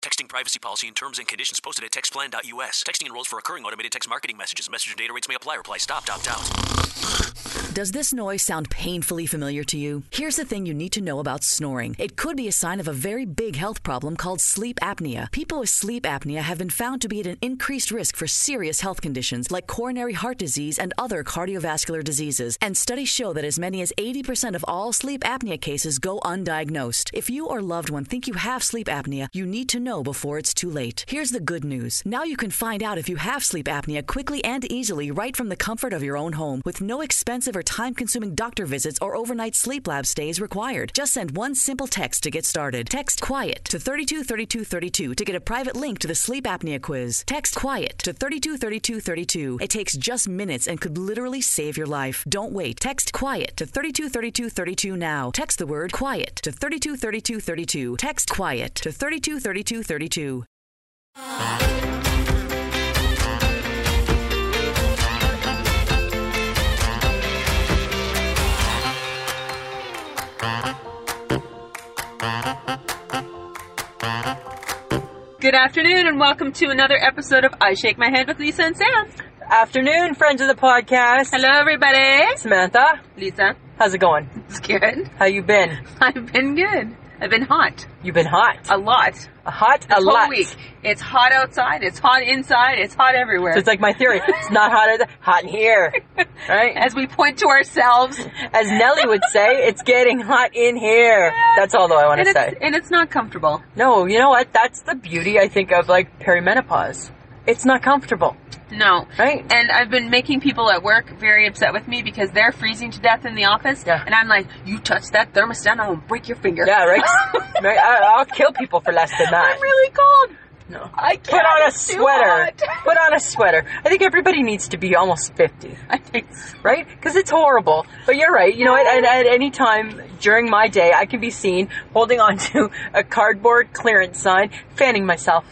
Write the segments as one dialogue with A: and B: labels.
A: Texting privacy policy and terms and conditions posted at textplan.us. Texting enrolls for recurring automated text marketing messages. Message and data rates may apply. Reply stop, opt out.
B: Does this noise sound painfully familiar to you? Here's the thing you need to know about snoring. It could be a sign of a very big health problem called sleep apnea. People with sleep apnea have been found to be at an increased risk for serious health conditions like coronary heart disease and other cardiovascular diseases. And studies show that as many as 80% of all sleep apnea cases go undiagnosed. If you or loved one think you have sleep apnea, you need to know before it's too late. Here's the good news. Now you can find out if you have sleep apnea quickly and easily right from the comfort of your own home with no expensive or time consuming doctor visits or overnight sleep lab stays required. Just send one simple text to get started. Text quiet to 323232 to get a private link to the sleep apnea quiz. Text quiet to 323232. It takes just minutes and could literally save your life. Don't wait. Text quiet to 323232 now. Text the word quiet to 323232. Text quiet to 323232.
C: Good afternoon, and welcome to another episode of I Shake My Head with Lisa and Sam.
D: Afternoon, friends of the podcast.
C: Hello, everybody.
D: Samantha.
C: Lisa,
D: How's it going?
C: it's good.
D: How you been?
C: I've been good. I've been hot
D: You've been hot.
C: a lot. This
D: Hot a
C: whole
D: lot.
C: week. It's hot outside. It's hot inside. It's hot everywhere.
D: So it's like my theory. It's not hot as hot in here. Right?
C: As we point to ourselves,
D: As Nelly would say, it's getting hot in here. That's all though I want
C: and
D: to
C: it's,
D: say.
C: and it's not comfortable.
D: No, you know what? That's the beauty I think of like perimenopause. It's not comfortable.
C: No.
D: Right.
C: And I've been making people at work very upset with me because they're freezing to death in the office.
D: Yeah.
C: And I'm like, you touch that thermostat, I will break your finger.
D: Yeah, right? right? I, I'll kill people for less than that.
C: I'm really cold.
D: No.
C: I can't.
D: Put on a
C: It's too
D: sweater.
C: hot.
D: Put on a sweater. I think everybody needs to be almost 50.
C: I think so.
D: right? Because it's horrible. But you're right. You know, at, at, at any time during my day, I can be seen holding onto a cardboard clearance sign, fanning myself.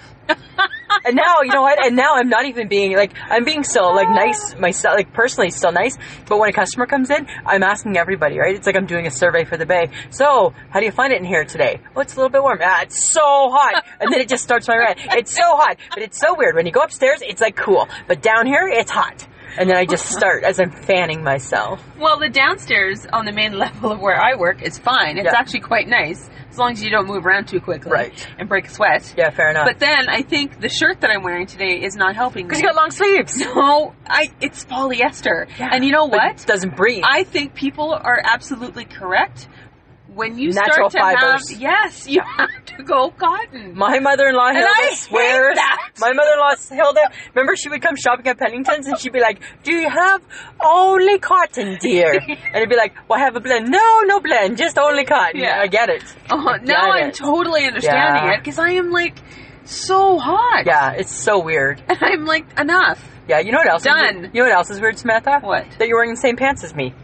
D: and now, you know what? And now I'm not even being like I'm being so like nice myself, like personally still nice. But when a customer comes in, I'm asking everybody, right? It's like I'm doing a survey for the bay. So, how do you find it in here today? Well, it's a little bit warm. Ah, it's so hot. And then it just starts my rant. It's so hot, but it's so weird. When you go upstairs, it's like cool, but down here, it's hot. And then I just start as I'm fanning myself.
C: Well, the downstairs on the main level of where I work is fine. It's
D: Yeah.
C: actually quite nice as long as you don't move around too quickly
D: Right.
C: and break a sweat.
D: Yeah, fair enough.
C: But then I think the shirt that I'm wearing today is not helping me.
D: Because you got long sleeves.
C: no, I it's polyester. And you know
D: But
C: what?
D: it doesn't breathe.
C: I think people are absolutely correct. When you
D: Natural
C: start to
D: fibers.
C: have yes, you have to go cotton.
D: my mother-in-law Hilda
C: I hate
D: swears.
C: that.
D: My mother-in-law Hilda. Remember, she would come shopping at Pennington's and she'd be like, "Do you have only cotton, dear?" And I'd be like, "Well, I have a blend. No, no blend, just only cotton."
C: Yeah.
D: I get it.
C: Oh, now
D: Got
C: I'm
D: it.
C: totally understanding
D: Yeah.
C: it because I am like so hot.
D: Yeah, it's so weird.
C: And I'm like enough.
D: Yeah, you know what else? Is
C: Done.
D: weird? You know what else is weird, Samantha?
C: What?
D: That you're wearing the same pants as me.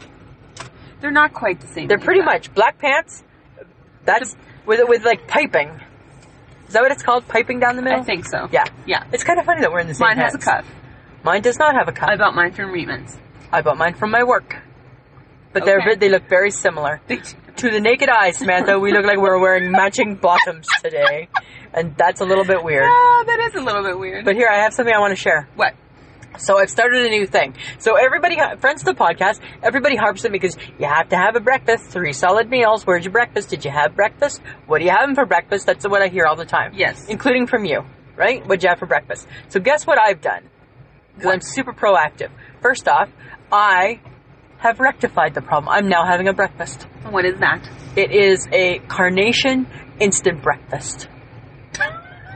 C: They're not quite the same.
D: They're
C: like
D: pretty
C: that.
D: much black pants. That's with with like piping. Is that what it's called? Piping down the middle.
C: I think so.
D: Yeah.
C: Yeah.
D: It's kind of funny that we're in the same
C: Mine has a
D: hats.
C: cuff.
D: Mine does not have a cup.
C: I bought mine from Reitman's.
D: I bought mine from my work. But they're
C: Okay.
D: ve- they look very similar.
C: They-
D: To the naked eye, Samantha, we look like we're wearing matching bottoms today. And that's a little bit weird.
C: Oh, that is a little bit weird.
D: But here, I have something I want to share.
C: what?
D: So I've started a new thing. So everybody, friends of the podcast, everybody harps at me because you have to have a breakfast, three solid meals. Where's your breakfast? Did you have breakfast? What are you having for breakfast? That's what I hear all the time.
C: Yes.
D: Including from you, right? What'd you have for breakfast? So guess what I've done? Because I'm super proactive. First off, I have rectified the problem. I'm now having a breakfast.
C: What is that?
D: It is a carnation instant breakfast.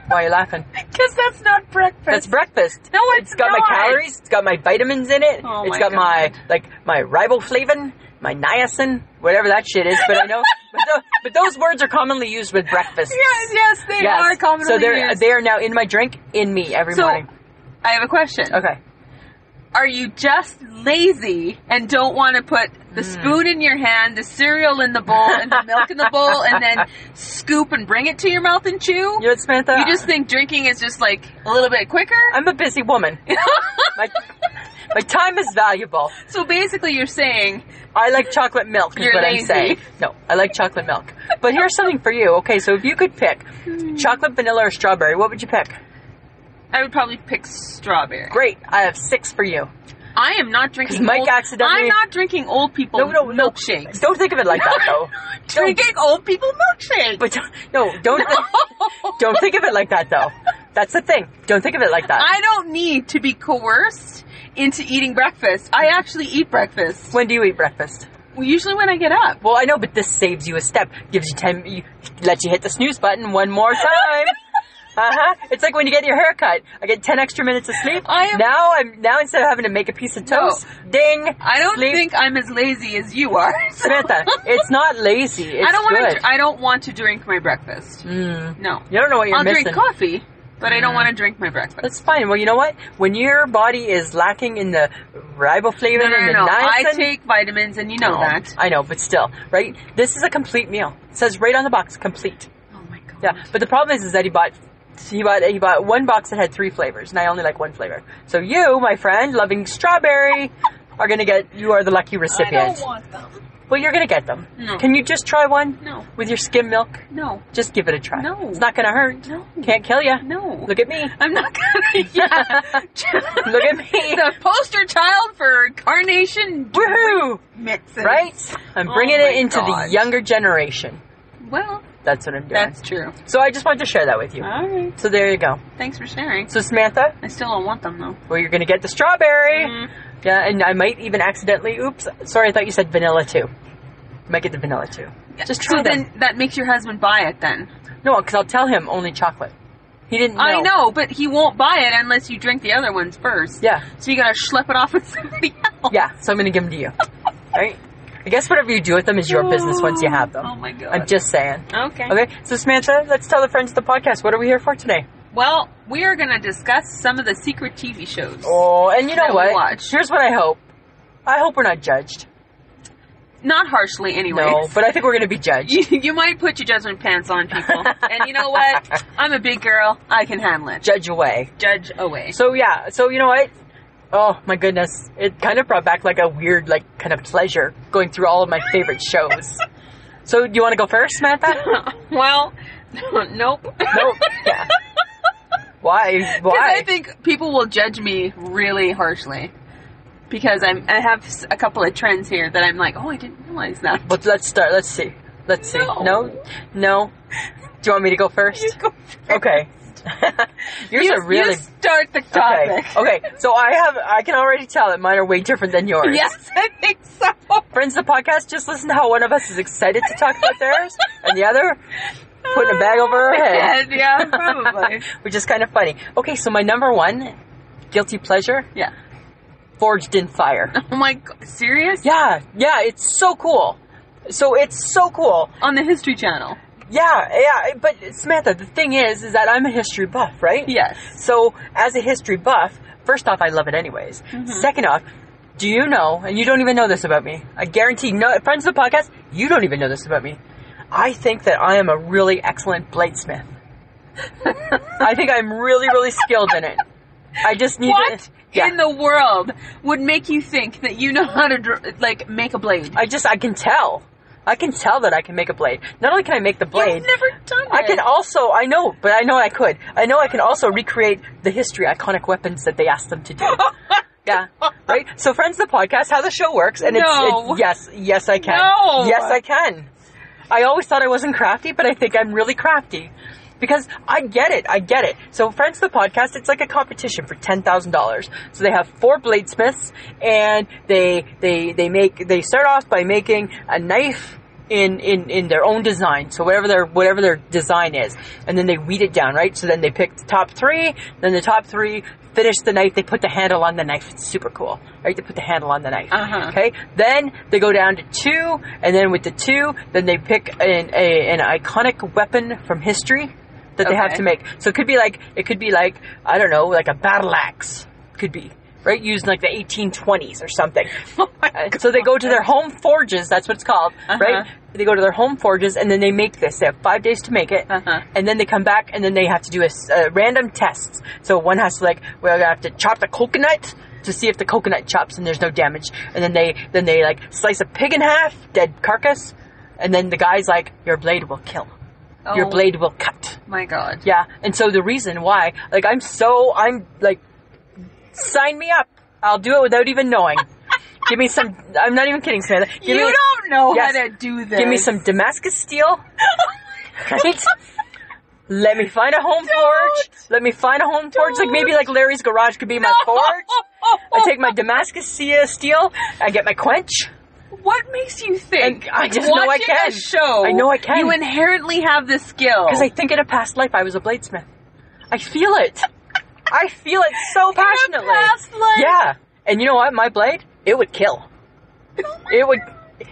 D: Why are you laughing?
C: Because that's not breakfast.
D: That's breakfast.
C: No, it's
D: got
C: not.
D: my calories. It's got my vitamins in it.
C: Oh
D: it's
C: my
D: got my like my riboflavin, my niacin, whatever that shit is. But I know, but, tho- but those words are commonly used with breakfast.
C: yes, yes, they are commonly
D: so they're
C: used.
D: they are now in my drink, in me every
C: so,
D: morning.
C: I have a question.
D: Okay.
C: Are you just lazy and don't want to put
D: Hmm.
C: the spoon in your hand, the cereal in the bowl, and the milk in the bowl, and then scoop and bring it to your mouth and chew?
D: You know what, Samantha?
C: you just think drinking is just like a little bit quicker?
D: I'm a busy woman. my, my time is valuable.
C: so basically, you're saying
D: I like chocolate milk, is
C: You're
D: what
C: lazy.
D: I'm saying. No, I like chocolate milk. But here's something for you. Okay, so if you could pick
C: Hmm.
D: chocolate, vanilla, or strawberry, what would you pick?
C: I would probably pick strawberry.
D: Great, I have six for you.
C: I am not drinking.
D: Mike
C: old,
D: accidentally-
C: I'm not drinking old people
D: No, no, no.
C: milkshakes.
D: Don't think of it like that, though. Don't-
C: drinking old people milkshakes.
D: but don't- no, don't don't think of it like that, though. That's the thing. Don't think of it like that.
C: I don't need to be coerced into eating breakfast. I actually eat breakfast.
D: when do you eat breakfast?
C: Usually when I get up.
D: Well, I know, but this saves you a step. Gives you time. You, lets you hit the snooze button one more time. Uh huh. It's like when you get your hair cut. I get ten extra minutes of sleep.
C: I am-
D: now I'm now instead of having to make a piece of
C: No.
D: toast, ding.
C: I don't
D: sleep.
C: think I'm as lazy as you are. So
D: Samantha, it's not lazy. It's
C: I don't
D: good.
C: want to. I don't want to drink my breakfast. No.
D: you don't know what you're
C: I'll
D: missing. Hmm.
C: drink coffee, but I don't want to drink my breakfast.
D: That's fine. Well, you know what? When your body is lacking in the riboflavin
C: no, no,
D: and
C: no, no.
D: Oh. the
C: I
D: niacin,
C: take vitamins, and you know
D: No,
C: that.
D: I know, but still, right? This is a complete meal. It says right on the box, complete.
C: Oh my god.
D: Yeah, but the problem is, is that he bought he bought he bought one box that had three flavors, and I only like one flavor. So you, my friend, loving strawberry, are gonna get you are the lucky
C: I
D: recipient.
C: don't want them.
D: well, you're gonna get them.
C: No.
D: Can you just try one?
C: No.
D: With your skim milk,
C: No.
D: just give it a try.
C: No.
D: It's not gonna hurt.
C: No.
D: Can't kill you.
C: No.
D: Look at me.
C: I'm not gonna. Yeah.
D: Look at me.
C: the poster child for carnation
D: Woohoo!
C: mixes.
D: Right? I'm
C: Oh
D: bringing
C: my
D: it into
C: God.
D: the younger generation.
C: Well,
D: That's what I'm doing.
C: that's true.
D: so I just wanted to share that with you.
C: All right.
D: So there you go.
C: Thanks for sharing.
D: So Samantha,
C: I still don't want them though.
D: well, you're gonna get the strawberry.
C: Mm-hmm.
D: Yeah, and I might even accidentally. Oops, sorry, I thought you said vanilla too. I might get the vanilla too. Just try
C: so
D: them.
C: then that makes your husband buy it then.
D: no, because I'll tell him only chocolate. He didn't. Know.
C: I know, but he won't buy it unless you drink the other ones first.
D: Yeah,
C: So you gotta schlep it off with somebody else.
D: yeah. So I'm gonna give them to you. right? I guess whatever you do with them is your business once you have them.
C: Oh my god.
D: I'm just saying.
C: okay.
D: Okay, so Samantha, let's tell the friends of the podcast. What are we here for today?
C: Well, we are gonna discuss some of the secret TV shows.
D: Oh, and you know
C: That we
D: what?
C: watch.
D: Here's what I hope. I hope we're not judged.
C: Not harshly, anyway.
D: No, but I think we're gonna be judged.
C: you, you might put your judgment pants on people. and you know what? I'm a big girl. I can handle it.
D: Judge away.
C: Judge away.
D: So yeah, so you know what? Oh my goodness, it kind of brought back like a weird, like kind of pleasure going through all of my favorite shows. so do you want to go first, Samantha?
C: well, nope. Because
D: no. Yeah. Why?
C: I
D: Why?
C: think people will judge me really harshly. Because I'm, I have s- a couple of trends here that I'm like, oh, I didn't realize that.
D: But let's start. Let's see. Let's see.
C: No.
D: No. No. Do you want me to go first? Okay. Yours
C: You,
D: are really.
C: you start the
D: okay.
C: topic.
D: Okay. So I have. I can already tell that mine are way different than yours.
C: Yes, I think so.
D: Friends of the podcast, just listen to how one of us is excited to talk about theirs, and the other putting a bag over her head.
C: And yeah, probably.
D: which is kind of funny. Okay, so my number one guilty pleasure,
C: yeah.
D: Forged in Fire.
C: Oh my god, serious?
D: yeah, yeah, it's so cool. So it's so cool.
C: On the History Channel.
D: Yeah, yeah, but Samantha, the thing is is that I'm a history buff, right?
C: Yes.
D: So as a history buff, first off, I love it anyways.
C: Mm-hmm.
D: Second off, do you know, and you don't even know this about me. I guarantee no friends of the podcast, you don't even know this about me. I think that I am a really excellent bladesmith. I think I'm really, really skilled in it. I just need
C: What
D: Yeah.
C: in the world would make you think that you know how to dr- like make a blade?
D: I just I can tell. I can tell that I can make a blade. Not only can I make the blade,
C: You've never done
D: I
C: it.
D: can also I know, but I know I could. I know I can also recreate the history iconic weapons that they asked them to do. yeah. Right? So friends of the podcast, how the show works and it's,
C: No.
D: it's yes, yes I can.
C: No.
D: Yes I can. I always thought I wasn't crafty, but I think I'm really crafty. Because I get it, I get it. So friends of the podcast, it's like a competition for ten thousand dollars. So they have four bladesmiths and they they they make they start off by making a knife in, in, in their own design. So whatever their whatever their design is. And then they weed it down, right? So then they pick the top three, then the top three finish the knife, they put the handle on the knife. It's super cool. Right? They put the handle on the knife.
C: Uh-huh.
D: Okay? Then they go down to two, and then with the two, then they pick an, a, an iconic weapon from history that they have
C: Okay.
D: to make. So it could be like, it could be like, I don't know, like a battle axe. Could be. right? Used in like the 1820s or something.
C: Oh
D: Uh, so they go to their home forges. That's what it's called,
C: Uh-huh.
D: right? They go to their home forges and then they make this. They have five days to make it,
C: Uh-huh.
D: and then they come back and then they have to do a, s- a random test. So one has to like, we're gonna have to chop the coconut to see if the coconut chops and there's no damage. And then they then they like slice a pig in half, dead carcass, and then the guy's like, your blade will kill, your
C: Oh.
D: blade will cut.
C: My God.
D: Yeah, and so the reason why, like, I'm so, I'm like, sign me up. I'll do it without even knowing. give me some. I'm not even kidding, Samantha. Give
C: you
D: me,
C: don't know
D: Yes.
C: how to do this.
D: Give me some Damascus steel. right? Let me find a home forge. Let me find a home forge. Like maybe like Larry's garage could be my forge. I take my Damascus se- steel. I get my quench.
C: What makes you think?
D: And I just know I
C: watching
D: can.
C: A show.
D: I know I can.
C: You inherently have the skill.
D: Because I think in a past life I was a bladesmith. I feel it. I feel it so passionately.
C: past life?
D: Yeah. And you know what? My blade, it would kill. It would.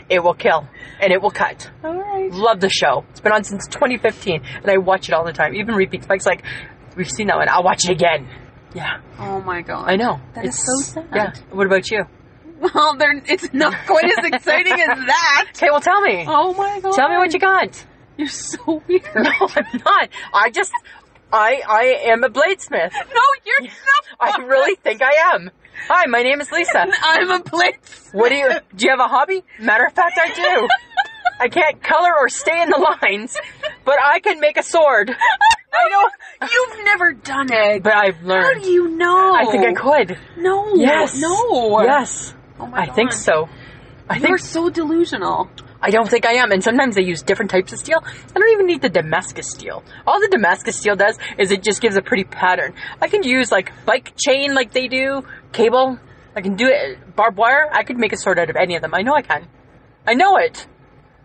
D: It will kill, and it will cut.
C: All right.
D: Love the show. It's been on since 2015, and I watch it all the time. Even repeats. Mike's like, "We've seen that one. I'll watch it again." Yeah,
C: Oh my God.
D: I know.
C: That is so sad.
D: Yeah. What about you?
C: Well, they're, it's not quite as exciting as that.
D: Okay, well, tell me.
C: Oh my God.
D: Tell me what you got.
C: You're so weird.
D: No, I'm not. I just, I, I am a bladesmith.
C: No, you're not.
D: I really think I am. Hi, my name is Lisa.
C: I'm a blitz.
D: What do you do you have a hobby? Matter of fact I do. I can't color or stay in the lines, but I can make a sword. I know
C: You've never done it.
D: But I've
C: How do
D: learned.
C: you know?
D: I think I could.
C: No.
D: Yes.
C: No.
D: Yes.
C: Oh my
D: I think
C: God.
D: so. I
C: You're
D: think
C: so delusional.
D: I don't think I am, and sometimes they use different types of steel. I don't even need the Damascus steel. All the Damascus steel does is it just gives a pretty pattern. I can use like bike chain like they do, cable. I can do it barbed wire. I could make a sword out of any of them. I know I can. I know it.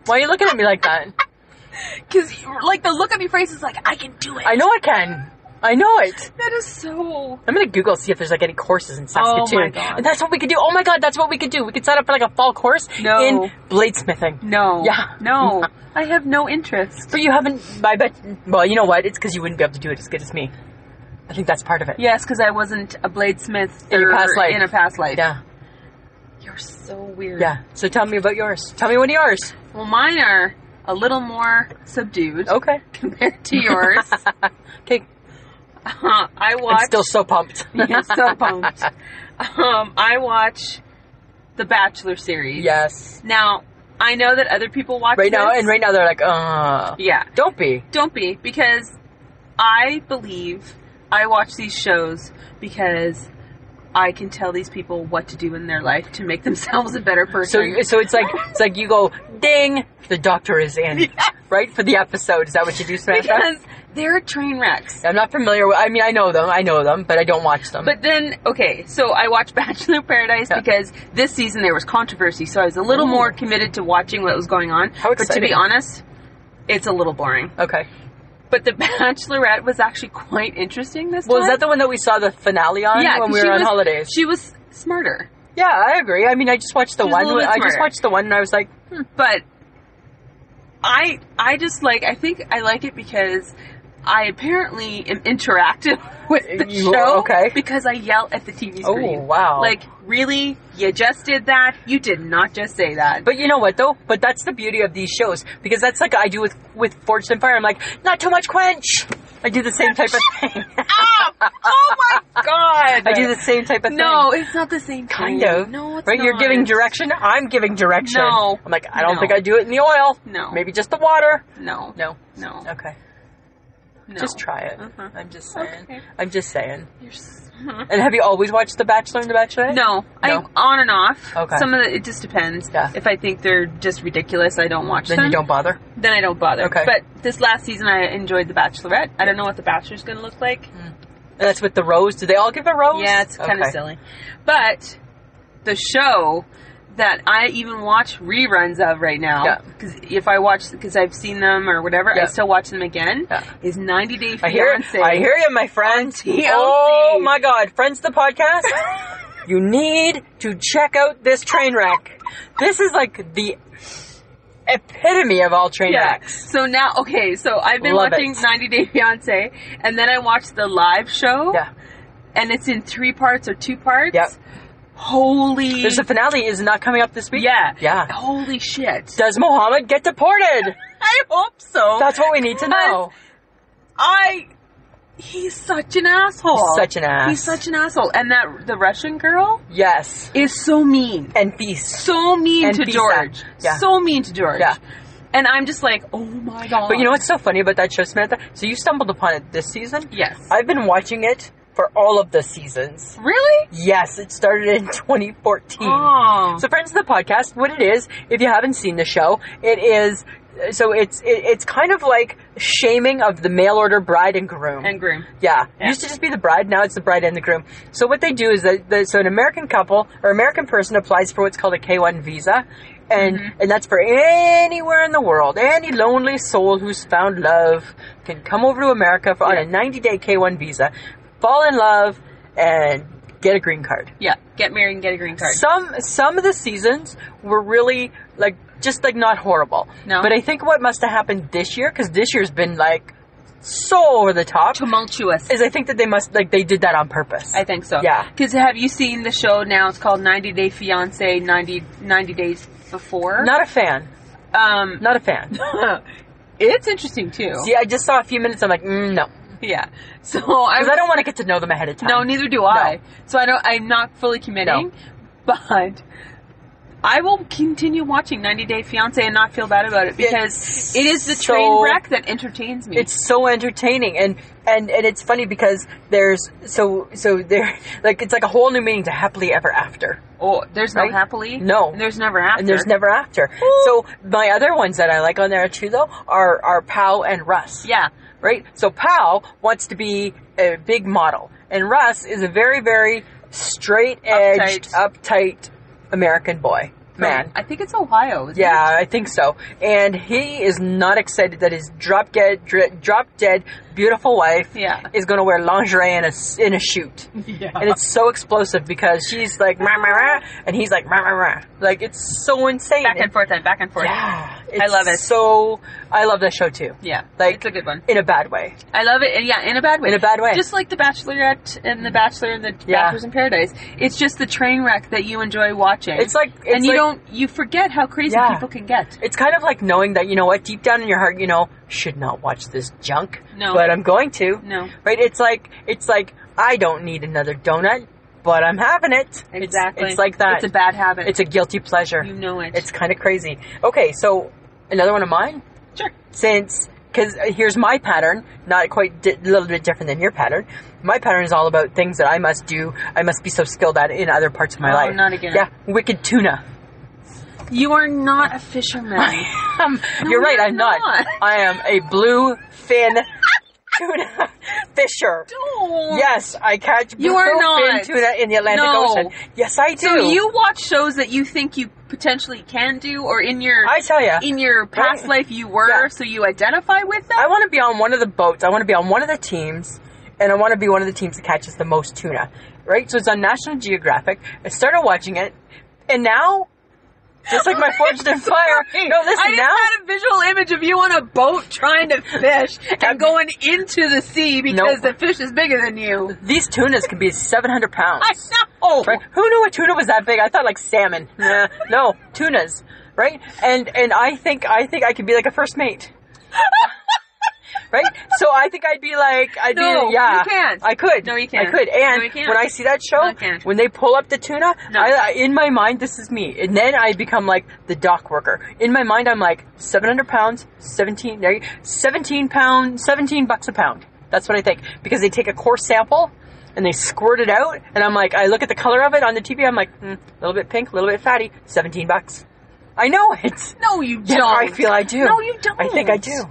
D: Why are you looking at me like that?
C: Because, like, the look on your face is like, I can do it.
D: I know I can. I know it.
C: That is so.
D: I'm gonna Google see if there's like any courses in
C: Oh my
D: Saskatoon.
C: God.
D: And that's what we could do. Oh my god, that's what we could do. We could sign up for like a fall course
C: No.
D: in bladesmithing.
C: No.
D: Yeah.
C: No. I have no interest.
D: But you haven't. I bet. Well, you know what? It's because you wouldn't be able to do it as good as me. I think that's part of it.
C: Yes, because I wasn't a bladesmith
D: In your
C: or-
D: past life.
C: In a past life.
D: Yeah.
C: You're so weird.
D: Yeah. So tell me about yours. Tell me one of yours.
C: Well, mine are a little more subdued
D: Okay.
C: compared to yours.
D: Okay.
C: I
D: I'm
C: watch.
D: still so pumped.
C: You're so pumped. Um, I watch the Bachelor series.
D: yes.
C: Now I know that other people watch
D: Right now,
C: this.
D: and right now they're like, uh,
C: Yeah.
D: don't be.
C: Don't be, because I believe I watch these shows because I can tell these people what to do in their life to make themselves a better
D: So,
C: person.
D: so it's like it's like you go ding. The doctor is in, right for the episode. Is that what you do, Samantha?
C: because they're train wrecks.
D: I'm not familiar with. I mean, I know them. I know them, but I don't watch them.
C: But then, okay, so I watched Bachelor in Paradise
D: Yeah.
C: because this season there was controversy, so I was a little
D: Ooh.
C: more committed to watching what was going on.
D: How
C: But to be
D: exciting.
C: honest, it's a little boring.
D: okay.
C: But The Bachelorette was actually quite interesting this
D: Well, is
C: time.
D: that the one that we saw the finale on
C: yeah,
D: when
C: 'cause
D: we
C: she
D: were on
C: was-
D: holidays?
C: She was smarter.
D: yeah, I agree. I mean, I just watched the
C: She was a
D: one.
C: little bit
D: I just
C: smarter.
D: watched the one, and I was like,
C: but I I just like I think I like it because I apparently am interactive with the
D: You-
C: show
D: okay.
C: because I yell at the TV
D: Oh,
C: screen.
D: wow.
C: Like really, you just did that? You did not just say that.
D: But you know what though? But that's the beauty of these shows because that's like I do with with Forged and Fire. I'm like, not too much quench. I do the same type of thing.
C: Ah! oh my god!
D: I do the same type of
C: No,
D: thing.
C: it's not the same.
D: Kind
C: thing.
D: of.
C: No, it's
D: right. You're
C: not.
D: giving direction. I'm giving direction.
C: No.
D: I'm like, I don't
C: No.
D: think I do it in the oil.
C: No.
D: Maybe just the water.
C: No,
D: No.
C: no,
D: Okay.
C: no.
D: Just try it.
C: Uh-huh.
D: I'm just saying.
C: Okay.
D: I'm just saying.
C: You're s-
D: And have you always watched The Bachelor and The Bachelorette?
C: No, I
D: Mm-hmm. No?
C: on and off.
D: Okay.
C: Some of the, it just depends.
D: Yeah.
C: If I think they're just ridiculous, I don't watch
D: Then
C: them.
D: you don't bother.
C: then I don't bother.
D: Okay.
C: But this last season, I enjoyed The Bachelorette. I don't know what The Bachelor's going to look like.
D: Hmm. And that's with the rose. Do they all give a rose?
C: Yeah, it's kind of
D: Okay.
C: silly. But the show that I even watch reruns of right
D: Yeah.
C: now, because if I watch, because I've seen them or whatever,
D: Yeah.
C: I still watch them again,
D: Yeah.
C: is 90 Day Fiancé.
D: I hear, I hear you, my friend.
C: TLC.
D: Oh my God, friends, of the podcast. you need to check out this train wreck. This is like the epitome of all train
C: Yeah.
D: wrecks.
C: So now, okay, so I've been
D: Love
C: watching
D: it.
C: 90 Day Fiancé, and then I watched the live show.
D: Yeah,
C: and it's in three parts or two parts.
D: Yep.
C: Holy.
D: There's a finale is not coming up this week.
C: yeah.
D: Yeah.
C: Holy shit.
D: Does Mohammed get deported?
C: I hope so.
D: That's what we need to know.
C: I. He's such an asshole.
D: He's such an ass.
C: He's such an asshole. And that the Russian girl
D: Yes.
C: is so mean.
D: And feast.
C: So mean
D: And
C: to
D: Visa.
C: George.
D: Yeah.
C: So mean to George.
D: Yeah.
C: And I'm just like, oh my god.
D: But you know what's so funny about that show, Samantha? So you stumbled upon it this season?
C: Yes.
D: I've been watching it for all of the seasons.
C: really?
D: Yes, it started in 2014.
C: Oh.
D: So, friends of the podcast, what it is, if you haven't seen the show, it is so it's it, it's kind of like shaming of the mail order bride and groom.
C: and groom.
D: yeah.
C: Yeah.
D: used to just be the bride. Now it's the bride and the groom. So what they do is that that- so an American couple or American person applies for what's called a K one visa, and
C: Mm-hmm.
D: and that's for anywhere in the world. Any lonely soul who's found love can come over to America for, on a ninety day K one visa, fall in love, and get a green card.
C: Yeah. Get married and get a green card.
D: Some some of the seasons were really like just like not horrible.
C: No.
D: But I think what must have happened this year because this year's been like so over the top
C: Tumultuous.
D: is I think that they must like they did that on purpose.
C: I think so.
D: Yeah.
C: Because have you seen the show now? It's called 90 Day Fiance 90, 90 Days Before.
D: Not a fan.
C: Um,
D: Not a fan.
C: it's interesting too.
D: See, I just saw a few minutes. I'm like, mm, no,
C: Yeah. So I,
D: because I don't want to get to know them ahead of time.
C: no, neither do I. So I don't. I'm not fully committing,
D: No.
C: but I will continue watching 90 Day Fiance and not feel bad about it because
D: It's
C: it is the
D: so-
C: train wreck that entertains me.
D: It's so entertaining, and and and it's funny because there's so so there like it's like a whole new meaning to happily ever after.
C: oh, there's no
D: Right?
C: happily.
D: No.
C: And there's never after.
D: and there's never after. So my other ones that I like on there too, though, are are Pow and Russ.
C: Yeah.
D: Right. So Pow wants to be a big model, and Russ is a very very straight edged, uptight. American boy man.
C: I think it's Ohio. Isn't
D: Yeah, I think so. And he is not excited that his drop dead, dri- drop dead, beautiful wife
C: Yeah.
D: is going to wear lingerie in a s- in a shoot.
C: Yeah.
D: And it's so explosive because she's like rah, rah, rah, and he's like rah, rah, rah. like it's so insane.
C: it? Back and forth and back and forth.
D: Yeah,
C: I love it.
D: It's So I love that show too.
C: Yeah.
D: Like-
C: it's a good one.
D: In a bad way.
C: I love it, and yeah, in a bad way.
D: In a bad way.
C: Just like The Bachelorette and The Bachelor and The
D: Yeah.
C: Bachelors in Paradise. It's just the train wreck that you enjoy watching.
D: It's like- it's
C: and you
D: like-
C: don't you forget how crazy
D: Yeah.
C: people can get.
D: It's kind of like knowing that you know what deep down in your heart you know should not watch this junk.
C: No.
D: But I'm going to.
C: No.
D: Right? It's like it's like I don't need another donut, but I'm having it. It's-
C: Exactly.
D: It's, like that.
C: It's a bad habit.
D: It's a guilty pleasure.
C: you know it.
D: It's kind of crazy. Okay, so another one of mine
C: sure.
D: since because here's my pattern, not quite a little bit different than your pattern. My pattern is all about things that I must do. I must be so skilled at in other parts of my
C: Oh,
D: life.
C: not again.
D: Yeah, wicked tuna.
C: You are not a fisherman.
D: Um, you're right.
C: you're
D: I'm not.
C: not.
D: I am a blue fin tuna fisher.
C: no.
D: Yes, I catch blue
C: You are not.
D: fin tuna in the Atlantic
C: No.
D: Ocean. Yes, I do.
C: So you watch shows that you think you potentially can do, or in your
D: I tell ya.
C: in your past
D: Right.
C: life you were,
D: Yeah.
C: so you identify with them.
D: I want to be on one of the boats. I want to be on one of the teams, and I want to be one of the teams that catches the most tuna. Right? So it's on National Geographic. I started watching it, and now, just like my Forged in Fire. No,
C: I
D: listen
C: just
D: now.
C: had a visual image of you on a boat trying to fish and going into the sea because
D: Nope.
C: the fish is bigger than you.
D: These tunas can be 700 pounds.
C: I know.
D: Right? Who knew a tuna was that big? I thought like salmon. Nah, no, tunas. Right? And and I think I think I could be like a first mate. right? So I think I'd be like I'd
C: No,
D: be yeah.
C: you can't.
D: I could.
C: No, you
D: I
C: can't.
D: could. And
C: No, you can't.
D: when I see that show,
C: No, you can't.
D: when they pull up the tuna,
C: No.
D: I, I- in my mind this is me. And then I become like the dock worker. In my mind I'm like 700 pounds, 17 there you- 17 pound, 17 bucks a pound. That's what I think because they take a coarse sample and they squirt it out and I'm like I look at the color of it on the TV I'm like mm, a little bit pink, a little bit fatty, 17 bucks. I know it.
C: No, you
D: Yeah,
C: don't.
D: I feel I do.
C: No, you don't.
D: I think I do.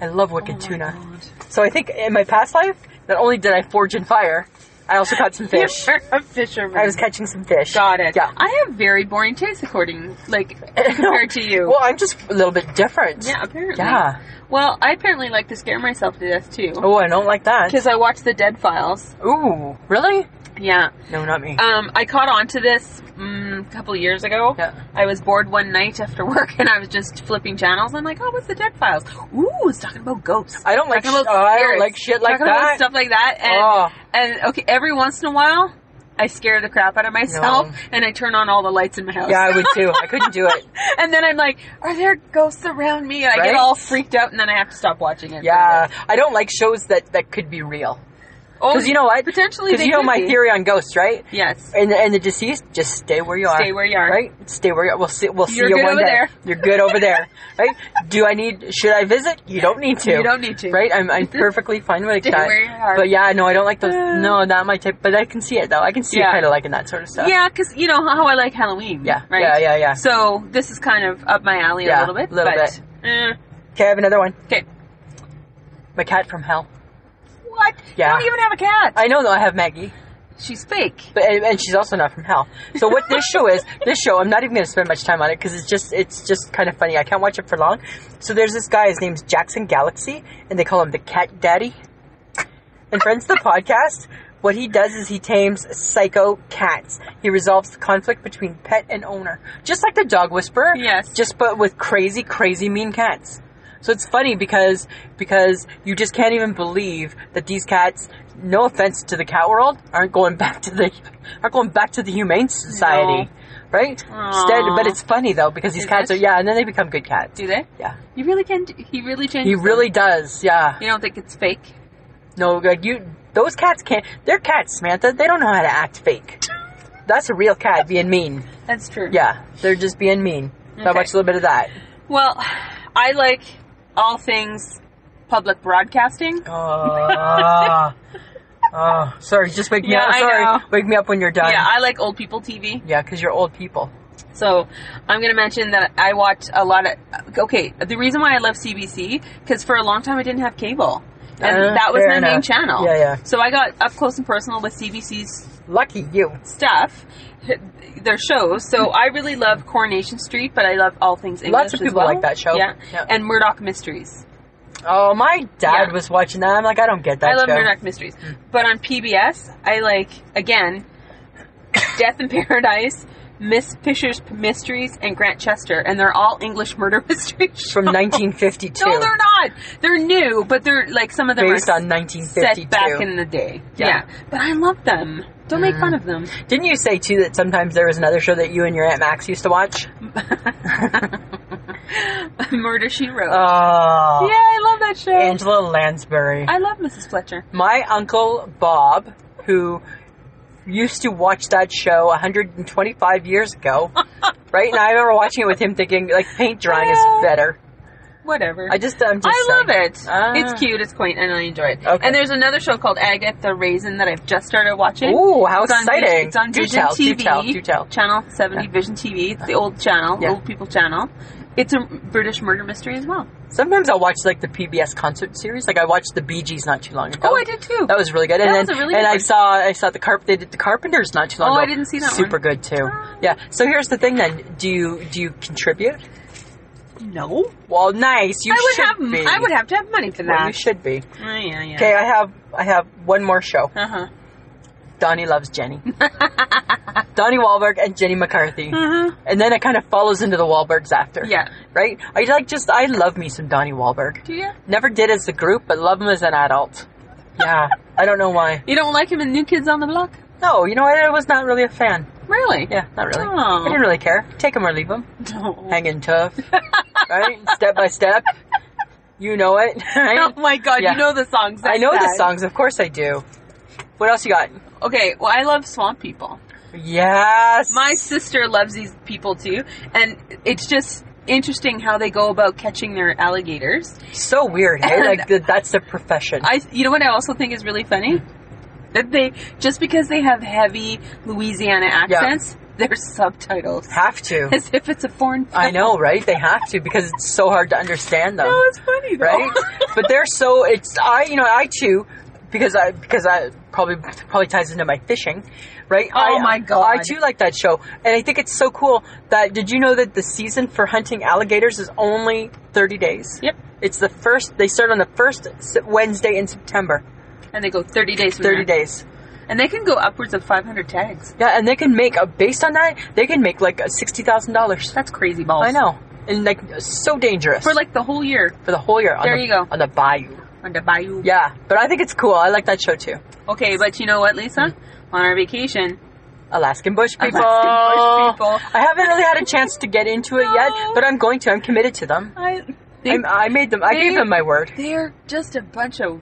D: I love
C: Oh
D: wicked
C: my
D: tuna.
C: God.
D: So I think in my past life, not only did I forge and fire, I also caught some fish.
C: You're a fisherman.
D: I was catching some fish.
C: Got it.
D: Yeah.
C: I have very boring taste according, like, compared to you.
D: Well, I'm just a little bit different.
C: yeah, apparently.
D: Yeah.
C: Well, I apparently like to scare myself to death, too.
D: Oh, I don't like that.
C: Because I watched The Dead Files.
D: Ooh, really?
C: Yeah.
D: No, not me.
C: Um, I caught on to this mm, a couple of years ago.
D: Yeah.
C: I was bored one night after work, and I was just flipping channels. I'm like, oh, what's the dead files? Ooh, it's talking about ghosts.
D: I don't like
C: Talking
D: sh- oh, I don't
C: spirits.
D: like shit like
C: Talking about
D: that.
C: stuff like that, and
D: Oh.
C: and okay, every once in a while. I scare the crap out of myself
D: No.
C: and I turn on all the lights in my house.
D: Yeah, I would too. I couldn't do it.
C: and then I'm like, are there ghosts around me? And I get
D: Right?
C: all freaked out and then I have to stop watching it. for a
D: Yeah,
C: bit.
D: I don't like shows that that could be real.
C: Oh,
D: Because you know what?
C: Potentially
D: Because
C: they
D: you know
C: could
D: my
C: be.
D: theory on ghosts, right?
C: Yes.
D: And the, and the deceased, just stay where you are.
C: Stay where you are.
D: Right? Stay where you are. We'll see. We'll see
C: You're
D: you
C: good
D: one
C: over
D: day.
C: there.
D: You're good over there. Right? Do I need? Should I visit? You don't need to.
C: You don't need to.
D: Right? I'm, I'm perfectly fine with
C: Stay
D: that.
C: where you are.
D: But yeah, no, I don't like those. No, not my type. But I can see it though. I can see
C: Yeah.
D: it kind of liking that sort of stuff.
C: Yeah, because you know how I like Halloween.
D: Yeah,
C: Right?
D: yeah, yeah, yeah.
C: So this is kind of up my alley
D: Yeah,
C: a little bit.
D: little
C: but, eh,
D: Okay, I have another one.
C: okay.
D: My cat from hell.
C: What?
D: Yeah.
C: You don't even have a cat.
D: I know though. I have Maggie.
C: She's fake.
D: But and, and she's also not from hell. So what this show is, this show, I'm not even going to spend much time on it because it's just it's just kind of funny. I can't watch it for long. So there's this guy. His name's Jackson Galaxy, and they call him the Cat Daddy. And friends, the podcast. What he does is he tames psycho cats. He resolves the conflict between pet and owner, just like the dog whisperer.
C: Yes.
D: Just but with crazy, crazy mean cats. So it's funny because because you just can't even believe that these cats, no offense to the cat world, aren't going back to the aren't going back to the humane society, right? Instead, but it's funny though because these
C: Is
D: cats
C: it?
D: are yeah, and then they become good cats.
C: Do they?
D: Yeah,
C: You really can. He really changes.
D: he
C: them.
D: really does. Yeah,
C: You don't think it's fake?
D: no, like you, those cats can't. They're cats, Samantha. They don't know how to act fake. That's a real cat being mean.
C: That's true.
D: Yeah, they're just being mean. So I
C: Okay.
D: watched a little bit of that.
C: Well, I like all things public broadcasting.
D: Oh, oh, sorry. Just wake me
C: Yeah,
D: up.
C: I
D: Sorry,
C: know.
D: wake me up when you're done.
C: Yeah, I like old people TV.
D: Yeah, because you're old people.
C: So I'm going to mention that I watch a lot of. Okay, the reason why I love CBC because for a long time I didn't have cable, and
D: Uh,
C: that was
D: fair
C: my main
D: enough.
C: channel.
D: Yeah, yeah.
C: So I got up close and personal with CBC's
D: Lucky you.
C: stuff, their shows. So I really love Coronation Street, but I love all things English.
D: of
C: as
D: people
C: well.
D: like that show.
C: Yeah.
D: Yeah.
C: and Murdoch Mysteries.
D: Oh, my dad
C: Yeah.
D: was watching that. I'm like, I don't get that.
C: I love
D: show. Hmm.
C: Murdoch Mysteries. But on PBS, I like, again, Death in Paradise, Miss Fisher's P- Mysteries, and Grant Chester. And they're all English murder mysteries.
D: from 1952.
C: no, they're not. They're new, but they're like some of them
D: Based
C: are
D: on
C: set
D: 1952.
C: back in the day. Yeah.
D: Yeah. Mm.
C: But I love them. Don't make fun of them.
D: Didn't you say too that sometimes there was another show that you and your aunt Max used to watch?
C: Murder She Wrote. yeah,
D: Oh,
C: I love that show.
D: Angela Lansbury.
C: I love Mrs. Fletcher.
D: My uncle Bob, who used to watch that show 125 years ago, right? And I remember watching it with him, thinking like paint drying
C: Yeah.
D: is better.
C: Whatever.
D: I just, I'm just.
C: I love
D: saying.
C: it.
D: Ah.
C: It's cute. It's quaint, and I enjoy it.
D: Okay.
C: And there's another show called Agatha the Raisin that I've just started watching.
D: Ooh, how
C: it's on Vision-
D: exciting.
C: it's on
D: Do
C: Vision
D: tell, do
C: TV,
D: tell, do tell.
C: Channel 70 Vision TV. It's the old channel,
D: Yeah.
C: old people channel. It's a British murder mystery as well.
D: Sometimes I'll watch like the PBS concert series. Like I watched the Bee Gees not too long ago.
C: Oh, I did too.
D: That was really good. And
C: That
D: then,
C: was a really
D: and
C: good
D: I
C: one.
D: saw I saw the carp they did the Carpenters not too long
C: Oh,
D: ago.
C: I didn't see that one. Ah.
D: Super good too. Yeah. So here's the thing then. Do you do you contribute?
C: no.
D: Well, nice. You
C: I would
D: should
C: have.
D: be.
C: I would have to have money for
D: Well,
C: that.
D: you should be.
C: Oh, yeah, yeah.
D: Okay, I have I have one more show.
C: Uh huh.
D: Donnie loves Jenny. Donnie Wahlberg and Jenny McCarthy. And then it kind of follows into the Wahlbergs after.
C: Uh-huh. Yeah.
D: Right? I like just I love me some Donnie Wahlberg.
C: Do you?
D: Never did as a group, but love him as an adult. Yeah. I don't know why.
C: You don't like him in New Kids on the Block?
D: No, you know what? I was not really a fan.
C: Really?
D: Yeah, not really.
C: Oh.
D: I didn't really care. Take him or leave him.
C: No.
D: Hanging tough. right? Step by step. You know it. Right?
C: Oh my God!
D: Yeah.
C: You know the songs.
D: I know the
C: That's sad.
D: songs. Of course I do. What else you got?
C: Okay. Well, I love Swamp People.
D: Yes.
C: my sister loves these people too, and it's just interesting how they go about catching their alligators.
D: so weird. Hey?
C: And-
D: Like that, that's a profession.
C: I, you know what I also think is really funny that they just because they have heavy Louisiana accents, their subtitles
D: have to.
C: as if it's a foreign. Film.
D: I know, right? They have to because it's so hard to understand them,
C: Oh, it's funny though.
D: right? but they're so it's I you know I too because I because I probably probably ties into my fishing, right?
C: Oh
D: I,
C: my God.
D: I too like that show, and I think it's so cool that did you know that the season for hunting alligators is only thirty days?
C: Yep.
D: It's the first. They start on the first s- Wednesday in September.
C: And they go thirty days. From
D: Thirty
C: now.
D: days.
C: And they can go upwards of 500 tags.
D: Yeah, and they can make a based on that, they can make like sixty thousand dollars.
C: That's crazy balls.
D: I know, and like so dangerous
C: For like the whole year
D: for the whole year. On
C: There
D: the,
C: you go.
D: on the bayou.
C: on the bayou.
D: Yeah, but I think it's cool. I like that show too.
C: Okay, but you know what, Lisa?
D: Hmm.
C: On our vacation,
D: Alaskan Bush people.
C: Alaskan bush people.
D: I haven't really had a chance to get into it yet,
C: No.
D: but I'm going to. I'm committed to them.
C: I they,
D: I'm, I made them. I
C: they-
D: gave them my word.
C: they're just a bunch of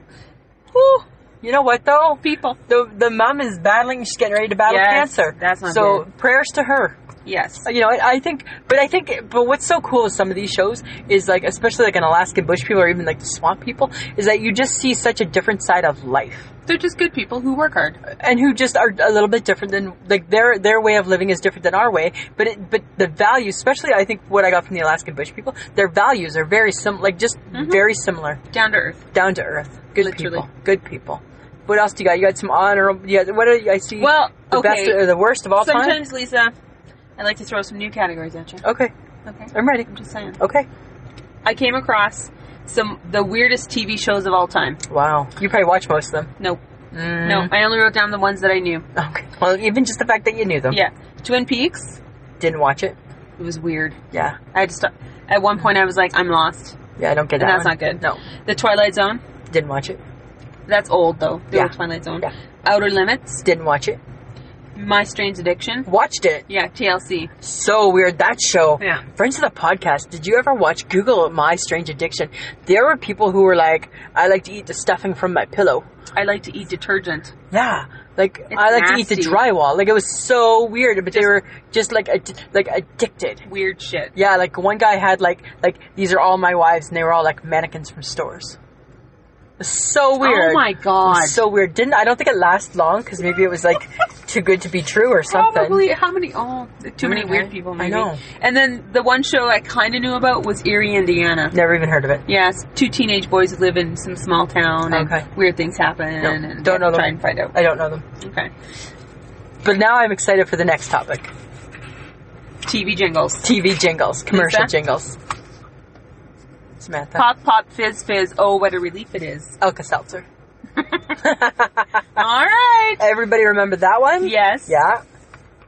D: Whew. You know what though?
C: people.
D: The the mom is battling. She's getting ready to battle
C: Yes,
D: cancer.
C: that's not
D: so
C: good.
D: prayers to her. Uh,
C: Yes.
D: You know, I I think, but I think, but what's so cool with some of these shows is like, especially like an Alaskan bush people or even like the swamp people, is that you just see such a different side of life,
C: They're just good people who work hard.
D: and who just are a little bit different than like their their way of living is different than our way. But it, but the value, especially I think what I got from the Alaskan bush people, their values are very sim, like just very similar,
C: Down to earth.
D: down to earth, good
C: Mm-hmm. Literally.
D: people, good people. What else do you got? You got some honorable. Yeah, what do you, I see?
C: Well,
D: the best
C: okay.
D: or the worst of all time.
C: Sometimes, Lisa, I like to throw some new categories at you.
D: Okay,
C: Okay.
D: I'm ready.
C: I'm just saying.
D: Okay.
C: I came across some the weirdest TV shows of all time.
D: Wow. You probably watch most of them. Mm.
C: Nope. No, I only wrote down the ones that I knew.
D: Okay. Well, even just the fact that you knew them.
C: Yeah. Twin Peaks.
D: Didn't watch it.
C: It was weird.
D: Yeah.
C: I had to stop. At one point, I was like, I'm lost.
D: Yeah, I don't get that.
C: And that's
D: one.
C: not good.
D: No.
C: The Twilight Zone.
D: Didn't watch it.
C: That's old, though. The
D: Yeah.
C: old Twilight Zone.
D: Yeah.
C: Outer Limits.
D: Didn't watch it.
C: My Strange Addiction.
D: Watched it.
C: Yeah, TLC.
D: So weird. That show.
C: Yeah.
D: Friends of the podcast. Did you ever watch Google My Strange Addiction? There were people who were like, I like to eat the stuffing from my pillow.
C: I like to eat detergent.
D: Yeah. Like I like to eat the
C: nasty.
D: drywall. Like it was so weird, but they were just like ad- like addicted.
C: Weird shit.
D: Yeah, like one guy had like like these are all my wives, and they were all like mannequins from stores. So weird.
C: Oh my god.
D: So weird. Didn't I don't think it lasted long because maybe it was like too good to be true or something.
C: Probably how many? Oh, too many
D: Mm, I-
C: weird people.
D: I
C: Maybe.
D: know.
C: And then the one show I kind of knew about was Erie, Indiana.
D: Never even heard of it.
C: Yes, two teenage boys who live in some small town, and
D: Okay.
C: weird things happen.
D: No,
C: and
D: don't know them.
C: Try and find out.
D: I don't know them.
C: Okay.
D: But now I'm excited for the next topic:
C: TV jingles.
D: TV jingles, commercial
C: Lisa?
D: jingles. Samantha,
C: Pop, pop, fizz, fizz. Oh, what a relief it is.
D: Elka Seltzer.
C: All right.
D: Everybody remember that one?
C: Yes.
D: Yeah.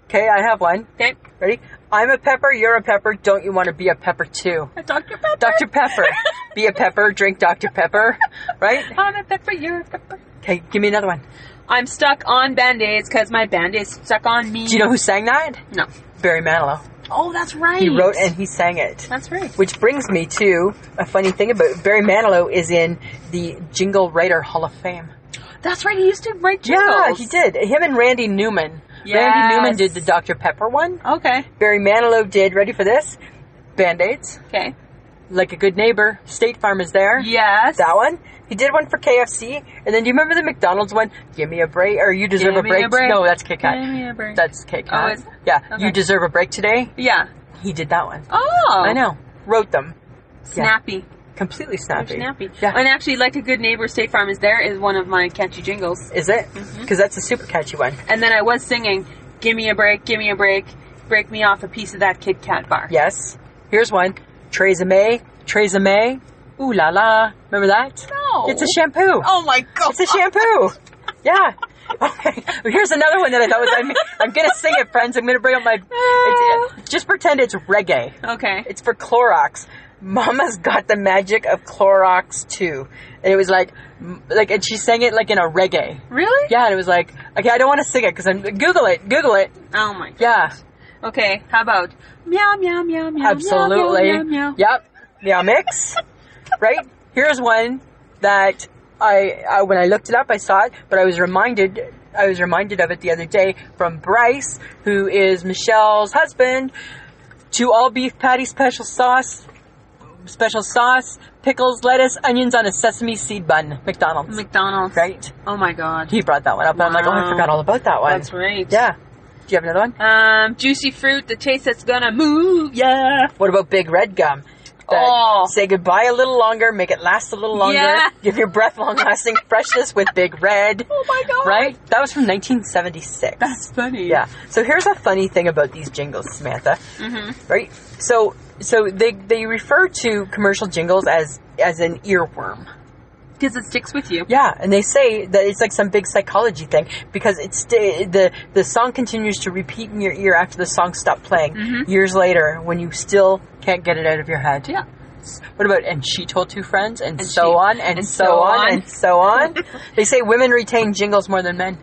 D: Okay, I have one.
C: Okay.
D: Ready? I'm a pepper. You're a pepper. Don't you want to be a pepper too?
C: Dr. Pepper.
D: Dr. Pepper. Be a pepper, drink Dr. Pepper, right?
C: I'm a pepper, you're a pepper.
D: Okay, give me another one.
C: I'm stuck on band-aids because my band-aid's stuck on me.
D: Do you know who sang that?
C: No.
D: Barry Manilow.
C: Oh, that's right.
D: He wrote and he sang it.
C: That's right.
D: Which brings me to a funny thing about Barry Manilow is in the Jingle Writer Hall of Fame.
C: That's right. He used to write jingles.
D: Yeah, he did. Him and Randy Newman. Randy
C: Yes.
D: Newman did the Dr. Pepper one.
C: Okay.
D: Barry Manilow did, ready for this? Band Aids.
C: Okay.
D: Like a good neighbor. State Farm is there.
C: Yes.
D: That one. He did one for KFC, and then do you remember the McDonald's one? Give me a break, or you deserve
C: Give
D: a,
C: me
D: break.
C: a break.
D: No, that's Kit Kat.
C: Give me a break.
D: That's Kit Kat.
C: Oh, is-
D: yeah,
C: okay.
D: you deserve a break today.
C: Yeah.
D: He did that one.
C: Oh.
D: I know. Wrote them.
C: Snappy.
D: Completely
C: They're
D: snappy.
C: Snappy.
D: Yeah.
C: And actually, like a good neighbor, State Farm is there is one of my catchy jingles.
D: Is it? Because
C: Mm-hmm.
D: that's a super catchy one.
C: And then I was singing, "Give me a break, give me a break, break me off a piece of that Kit Kat bar."
D: Yes. Here's one. Trey's a May. Trey's a May. Ooh la la. Remember that?
C: No.
D: It's a shampoo.
C: Oh my god.
D: It's a shampoo. yeah. Okay. Well, here's another one that I thought was. I'm, I'm gonna sing it, friends. I'm gonna bring up my. It's, just pretend it's reggae.
C: Okay.
D: It's for Clorox. Mama's got the magic of Clorox too, and it was like, m- like, and she sang it like in a reggae.
C: Really?
D: Yeah, and it was like, okay, I don't want to sing it because I'm Google it, Google it.
C: Oh my.
D: Yeah,
C: Okay. How about meow meow meow meow
D: absolutely.
C: meow meow meow. meow.
D: Yep, meow mix. right here's one that I, I when I looked it up, I saw it, but I was reminded. I was reminded of it the other day from Bryce, who is Michelle's husband. To all beef patty special sauce, special sauce, pickles, lettuce, onions on a sesame seed bun. McDonald's.
C: McDonald's.
D: Right.
C: Oh my god.
D: He brought that one up, and I'm like, oh, I
C: Wow.
D: forgot all about that one.
C: That's right.
D: Yeah. Do you have another one?
C: Um, juicy fruit, the taste that's gonna move. Oh Yeah.
D: What about big red gum? That
C: Oh.
D: Say goodbye a little longer, make it last a little longer,
C: Yeah.
D: give your breath long lasting freshness with big red.
C: Oh my god.
D: Right? That was from 1976.
C: That's funny.
D: yeah. So here's a funny thing about these jingles, Samantha. Mm-hmm. Right? So so they they refer to commercial jingles as as an earworm.
C: because it sticks with you.
D: Yeah, and they say that it's like some big psychology thing because it's st- the the song continues to repeat in your ear after the song stopped playing years later when you still can't get it out of your head.
C: Yeah.
D: What about and she told two friends and, so
C: she-
D: on and, so, on, and so on. they say women retain jingles more than men.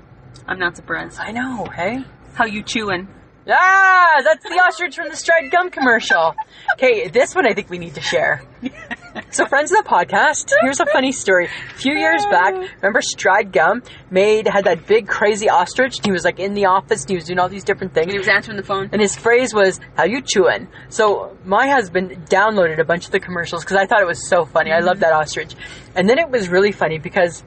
C: I'm not surprised.
D: I know, hey.
C: How you chewing?
D: Ah, that's the ostrich from the Stride Gum commercial. Okay, this one I think we need to share. So, friends of the podcast, here's a funny story. A few years back, remember Stride Gum made had that big crazy ostrich. and He was like in the office. And he was doing all these different things.
C: He was answering the phone.
D: And his phrase was, "How you chewin'?" So my husband downloaded a bunch of the commercials because I thought it was so funny. I love that ostrich. And then it was really funny because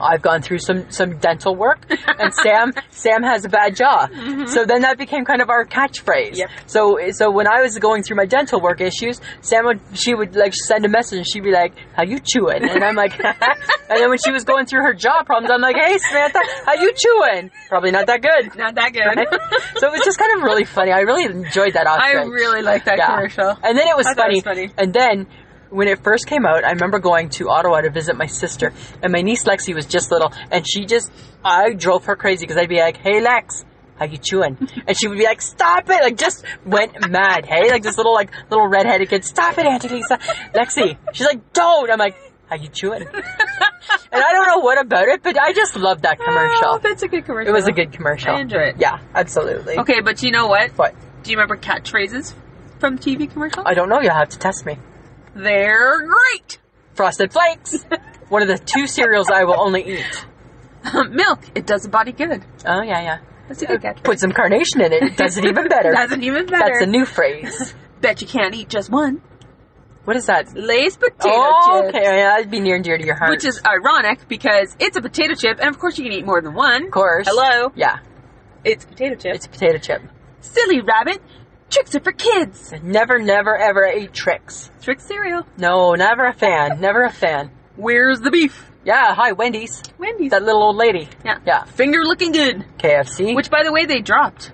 D: I've gone through some some dental work, and Sam Sam has a bad jaw. So then that became kind of our catchphrase.
C: Yep.
D: So so when I was going through my dental work issues, Sam would she would like send a message. and She'd be like, "How you chewing?" And I'm like, and then when she was going through her jaw problems, I'm like, "Hey Samantha, how you chewing?" Probably not that good
C: Not that good.
D: so it was just kind of really funny. I really enjoyed that ostrich.
C: I really like that
D: Yeah.
C: commercial.
D: And then it was,
C: I thought
D: funny.
C: it was funny.
D: And then when it first came out, I remember going to Ottawa to visit my sister, and my niece Lexi was just little, and she just I drove her crazy because I'd be like, "Hey Lex." How you chewing? And she would be like, "Stop it!" Like just went mad. Hey, like this little like little redheaded kid. Stop it, Auntie Lisa. Lexi. She's like, "Don't." I'm like, "How you chewing?" And I don't know what about it, but I just loved that
C: Oh,
D: commercial.
C: that's a good commercial.
D: it was a good commercial.
C: Uh-huh. I enjoy it.
D: Yeah, absolutely.
C: Okay, but you know what?
D: What?
C: Do you remember catchphrases from TV commercial?
D: I don't know. You'll have to test me.
C: They're great.
D: Frosted Flakes. One of the two cereals I will only eat.
C: Milk. It does the body good.
D: Oh yeah, yeah.
C: That's a good catchphrase.
D: Put some carnation in it. it Does it even better?
C: Doesn't even matter.
D: That's a new phrase.
C: Bet you can't eat just one.
D: What is that?
C: Lay's potato
D: Oh,
C: chip.
D: okay. Yeah, that'd be near and dear to your heart.
C: Which is ironic because it's a potato chip, and of course you can eat more than one.
D: of course.
C: Hello.
D: Yeah,
C: It's potato chip.
D: it's a potato chip.
C: Silly rabbit. Tricks are for kids.
D: Never, never, ever ate tricks.
C: Trick cereal.
D: No, never a fan. Never a fan.
C: Where's the beef?
D: Yeah. Hi, Wendy's.
C: Wendy's.
D: That little old lady.
C: yeah.
D: Yeah.
C: Finger looking good.
D: KFC.
C: Which, by the way, they dropped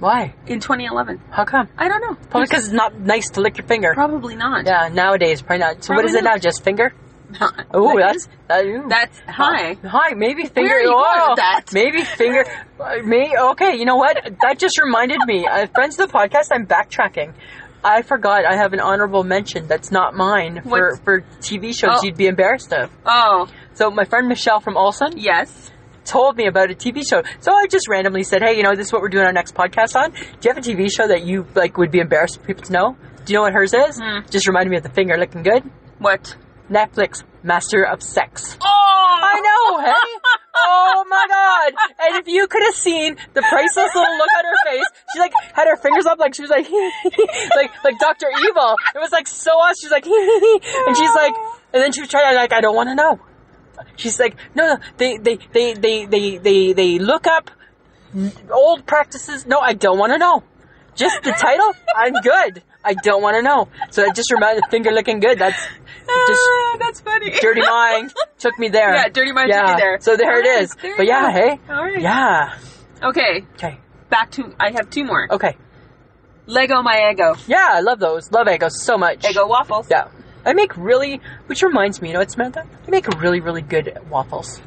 D: Why?
C: in 2011.
D: How come?
C: I don't know.
D: Probably because it's not nice to lick your finger.
C: Probably not.
D: Yeah. Nowadays, probably not. So what
C: Probably
D: is it
C: not.
D: now? Just finger?
C: That
D: Oh,
C: is-
D: that's Oh. that, ooh.
C: that's high.
D: Hi, maybe finger.
C: are you going
D: oh,
C: with that?
D: Maybe finger. uh, May okay. You know what? That just reminded me. Uh, friends of the podcast, I'm backtracking. I forgot. I have an honorable mention that's not mine for,
C: What's-
D: for TV shows
C: Oh.
D: you'd be embarrassed of.
C: Oh,
D: So my friend Michelle from Olson
C: yes.
D: told me about a TV show. So I just randomly said, "Hey, you know, this is what we're doing our next podcast on. Do you have a TV show that you like would be embarrassed for people to know? Do you know what hers is?
C: Hmm.
D: Just reminded me of the finger looking good.
C: What?
D: Netflix, Master of Sex.
C: Oh, I
D: I know, hey? Oh my god! And if you could have seen the priceless little look on her face, she like had her fingers up, like she was like, like like Doctor Evil. It was like so awesome. She's like, and she's like, and then she was trying to like, I don't want to know. She's like, no, no, they they they they they they they look up old practices. No, I don't want to know. Just the title. I'm good. I don't want to know. So that just reminded finger looking good. That's just
C: Ah, that's funny.
D: Dirty Mind took me there.
C: Yeah, Dirty Mind took me there.
D: So there
C: All
D: it
C: right,
D: is.
C: there
D: but
C: you
D: yeah,
C: go.
D: hey.
C: All right.
D: Yeah.
C: Okay,
D: Okay.
C: back to I have two more.
D: Okay.
C: Lego my ego.
D: Yeah, I love those. Love Egos so much.
C: Ego waffles.
D: Yeah. I make really, which reminds me, you know what, Samantha? I make really, really good waffles.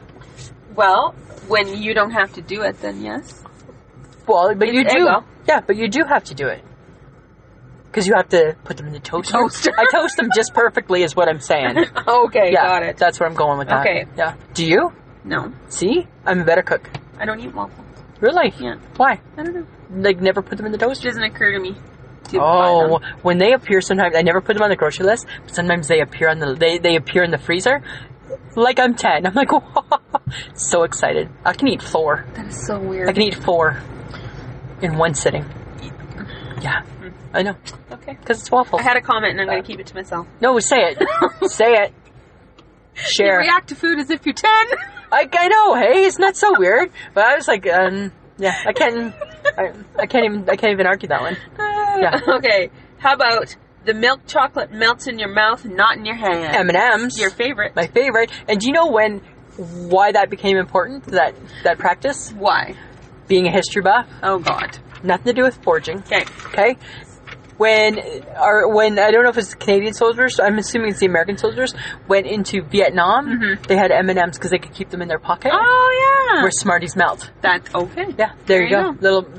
C: Well, when you don't have to do it, then yes.
D: Well, but you
C: It's
D: do.
C: Eggo.
D: Yeah, but you do have to do it. Because you have to put them in the toaster.
C: Toaster.
D: I toast them just perfectly, is what I'm saying.
C: Okay,
D: yeah,
C: got it.
D: that's where I'm going with that.
C: Okay.
D: Yeah. Do you?
C: No,
D: See? I'm a better cook.
C: I don't eat waffles.
D: Really?
C: Yeah.
D: Why?
C: I don't know.
D: Like, never put them in the
C: It
D: toaster?
C: doesn't occur to me. To buy
D: Oh,
C: them.
D: when they appear, sometimes I never put them on the grocery list, but sometimes they appear on the they, they appear in the freezer. Like I'm ten, I'm like so excited. I can eat four.
C: that is so weird.
D: I can eat four in one sitting. Yeah, I know
C: okay.
D: because it's waffles.
C: I had a comment, and I'm going to keep it to myself.
D: no, say it, say it.
C: You
D: Share.
C: react to food as if you're ten.
D: I, I know. Hey, isn't that so weird? But I was like, um, yeah, I can't. I, I can't even. I can't even argue that one. Yeah.
C: Okay. How about the milk chocolate melts in your mouth, not in your hand?
D: M and M's.
C: Your favorite.
D: my favorite. And do you know when, why that became important? That that practice,
C: Why?
D: being a history buff,
C: Oh God.
D: nothing to do with forging.
C: Okay.
D: Okay, when our when I don't know if it's the Canadian soldiers. I'm assuming it's the American soldiers went into Vietnam. They had M and M's because they could keep them in their pocket.
C: Oh yeah.
D: Where Smarties melt.
C: That's okay.
D: Yeah, there, you
C: I
D: go. Ah.
C: know.
D: Little.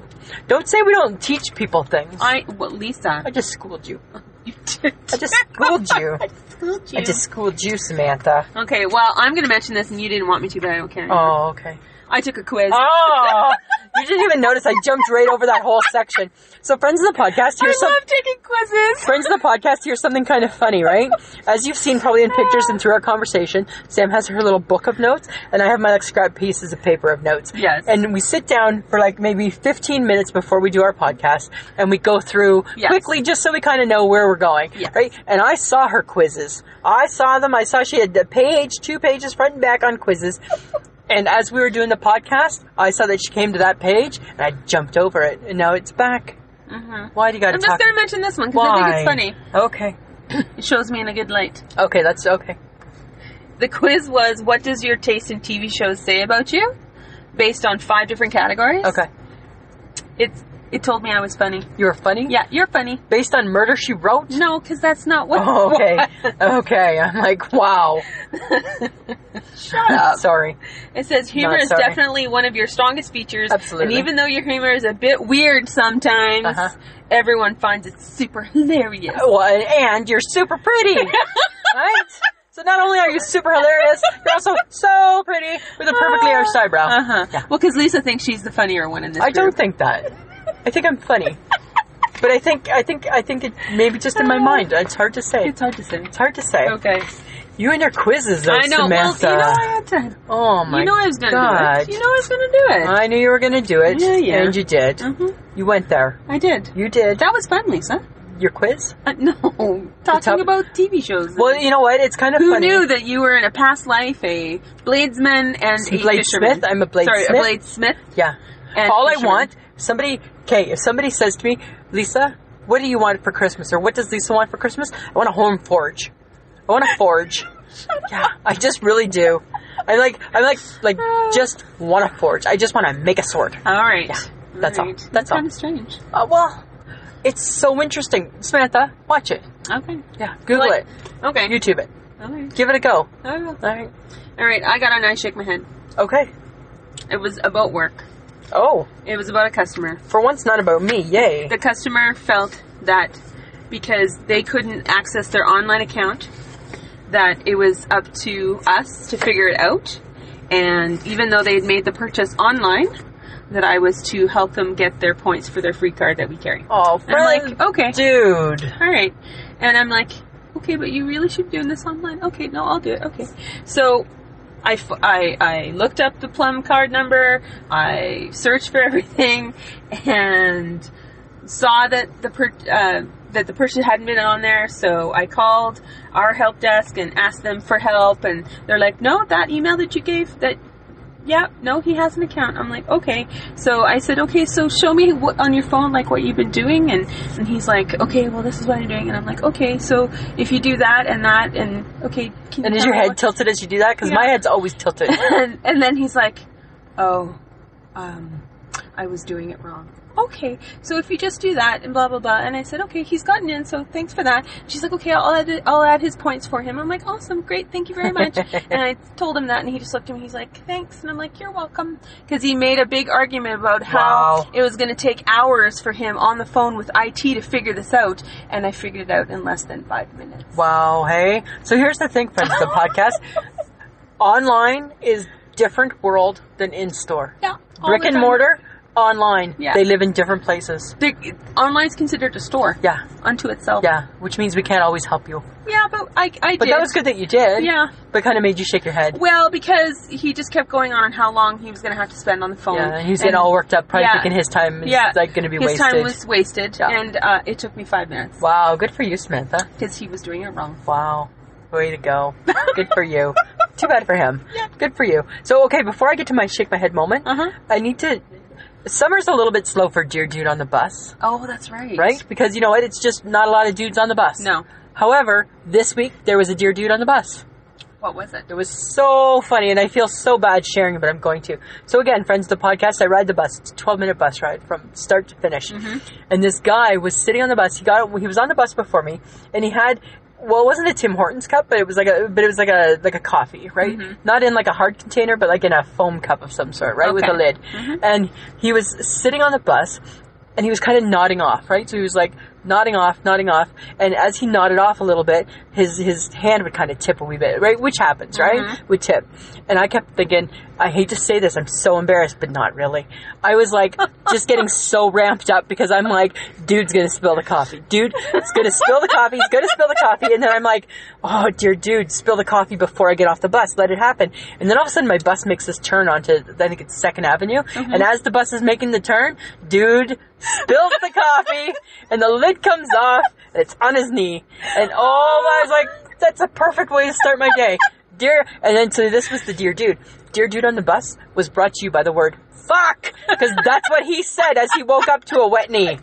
D: Don't say we don't teach people things. I,
C: I well, Lisa.
D: just schooled you.
C: You did.
D: I just schooled you.
C: I just schooled you.
D: I just schooled you, Samantha.
C: Okay, well, I'm going to mention this, and you didn't want me to, but I don't care.
D: Oh, okay.
C: I took a quiz.
D: Oh, you didn't even notice. I jumped right over that whole section. So, friends of the podcast,
C: I
D: here's some.
C: love taking quizzes.
D: Friends of the podcast, here's something kind of funny, right? As you've seen probably in pictures and through our conversation, Sam has her little book of notes, and I have my like scrap pieces of paper of notes.
C: Yes.
D: And we sit down for like maybe 15 minutes before we do our podcast, and we go through
C: Yes.
D: quickly just so we kind of know where we're going,
C: Yes.
D: right? And I saw her quizzes. I saw them. I saw she had a page, two pages, front and back on quizzes. And as we were doing the podcast, I saw that she came to that page, and I jumped over it, and now it's back. Why do you got to
C: I'm Mm-hmm. just
D: talk?
C: going to mention this one because I think it's funny.
D: Okay.
C: It shows me in a good light.
D: Okay, that's okay.
C: The quiz was, what does your taste in TV shows say about you? Based on five different categories.
D: Okay.
C: It's, it told me I was funny.
D: You were funny?
C: Yeah, you're funny.
D: Based on murder she wrote?
C: No, because that's not what.
D: Oh, okay. okay. I'm like, wow. Shut up. Sorry.
C: It says humor
D: Not
C: is
D: sorry.
C: definitely one of your strongest features.
D: Absolutely.
C: And even though your humor is a bit weird sometimes,
D: Uh-huh.
C: everyone finds it super hilarious.
D: Well, and- and you're super pretty. right? So not only are you super hilarious, you're also so pretty with a perfectly arched eyebrow.
C: Uh huh.
D: Yeah.
C: Well, because Lisa thinks she's the funnier one in this.
D: Uh-huh. I don't
C: group.
D: think that. I think I'm funny. But I think I think I think it maybe just in my mind. It's hard to say.
C: Ah. It's hard to say.
D: It's hard to say.
C: Okay.
D: You and your quizzes though,
C: I know.
D: Samantha.
C: Well, you know I had to.
D: oh my
C: you know I was gonna
D: God.
C: do it. You know I was gonna do it.
D: I knew you were going to do it,
C: Yeah, yeah.
D: and you did.
C: Mhm.
D: You went there.
C: I did.
D: You did.
C: That was fun, Lisa.
D: Your quiz?
C: Uh, no, talking
D: top-
C: about TV shows.
D: Well, you know what? It's kind of
C: Who
D: funny.
C: knew that you were in a past life a bladesman and a fisherman?
D: Bladesmith? I'm a
C: Sorry,
D: bladesmith.
C: a bladesmith.
D: Yeah.
C: And
D: All I
C: fisherman.
D: want, somebody, okay, if somebody says to me, Lisa, what do you want for Christmas? Or what does Lisa want for Christmas? I want a home forge. I want a forge. yeah, I just really do. I like, I like, like, just want a forge. I just want to make a sword.
C: All right.
D: that's all.
C: All right.
D: That's all.
C: kind of strange.
D: Uh, well, it's so interesting. Samantha, watch it.
C: Okay.
D: Yeah, Google
C: Like-
D: it.
C: Okay.
D: YouTube it.
C: All right.
D: Give it a go.
C: I will.
D: All right.
C: All right. I got on. I shake my head.
D: Okay.
C: It was about work.
D: Oh,
C: It was about a customer.
D: for once, not about me. Yay.
C: The customer felt that because they couldn't access their online account, that it was up to us to figure it out. And even though they had made the purchase online, that I was to help them get their points for their free card that we carry.
D: Oh,
C: And I'm like, okay.
D: dude.
C: all right. And I'm like, okay, but you really should be doing this online. Okay, no, I'll do it. Okay. So I, f- I, I looked up the plum card number, I searched for everything, and saw that the per- uh, that the person hadn't been on there, so I called our help desk and asked them for help, and they're like, "No, that email that you gave, that yeah, no, he has an account. I'm like, okay. So I said, okay, so show me what, on your phone, like what you've been doing. And, and he's like, okay, well, this is what I'm doing. And I'm like, okay, so if you do that and that, and okay, can
D: And is
C: tell
D: your
C: me
D: head
C: what-
D: tilted as you do that? Because my
C: Yeah.
D: head's always tilted.
C: and, and then he's like, oh, um, I was doing it wrong. Okay, so if you just do that and blah blah blah, and I said, okay, he's gotten in, so thanks for that. She's like, okay, I'll add it, I'll add his points for him. I'm like, awesome, great, thank you very much. and I told him that, and he just looked at me. He's like, thanks, and I'm like, you're welcome, because he made a big argument about how
D: Wow.
C: it was going to take hours for him on the phone with IT to figure this out, and I figured it out in less than five minutes.
D: wow, hey. So here's the thing, friends, of the podcast. Online is different world than in store.
C: Yeah, all
D: Brick
C: the
D: and
C: time.
D: mortar, online.
C: Yeah.
D: They live in different places.
C: They- Online's considered a store.
D: Yeah.
C: unto itself.
D: Yeah. Which means we can't always help you.
C: Yeah, but I, I
D: But
C: did.
D: that was good that you did.
C: Yeah.
D: But kind of made you shake your head.
C: Well, because he just kept going on how long he was going to have to spend on the phone.
D: Yeah. He's getting all worked up, probably
C: Yeah.
D: thinking his time is
C: Yeah,
D: like going to be
C: his
D: wasted.
C: time was wasted,
D: Yeah.
C: and uh, it took me five minutes
D: wow. Good for you, Samantha.
C: because he was doing it wrong.
D: Wow. Way to go. Good for you. Too bad for him. Good for you. So, okay, before I get to my shake my head moment,
C: Uh-huh.
D: I need to. Summer's a little bit slow for Dear Dude on the bus,
C: Oh, that's right.
D: right? Because you know what? It's just not a lot of dudes on the bus.
C: No.
D: However, this week there was a Dear Dude on the bus.
C: What was it?
D: It was so funny, and I feel so bad sharing it, but I'm going to. So again, friends, the podcast. I ride the bus. It's a 12 minute bus ride from start to finish. And this guy was sitting on the bus. He got he was on the bus before me, and he had well, it wasn't a Tim Hortons cup, but it was like a but it was like a like a coffee, right? Not in like a hard container, but like in a foam cup of some sort, right, with
C: Okay.
D: a lid. And he was sitting on the bus, and he was kind of nodding off, right? So he was like nodding off, nodding off, and as he nodded off a little bit, his his hand would kind of tip a wee bit, right? Which happens, right? Would tip, and I kept thinking, I hate to say this, I'm so embarrassed, but not really. I was like just getting so ramped up because I'm like, dude's gonna spill the coffee, dude, it's gonna spill the coffee, he's gonna spill the coffee, and then I'm like, oh dear, dude, spill the coffee before I get off the bus, let it happen, and then all of a sudden my bus makes this turn onto I think it's Second Avenue,
C: Mm-hmm.
D: and as the bus is making the turn, dude spills the coffee, and the lid comes off, and it's on his knee. And oh, I was like, that's a perfect way to start my day. Dear, and then so this was the dear dude. Dear dude on the bus was brought to you by the word fuck, because that's what he said as he woke up to a wet knee.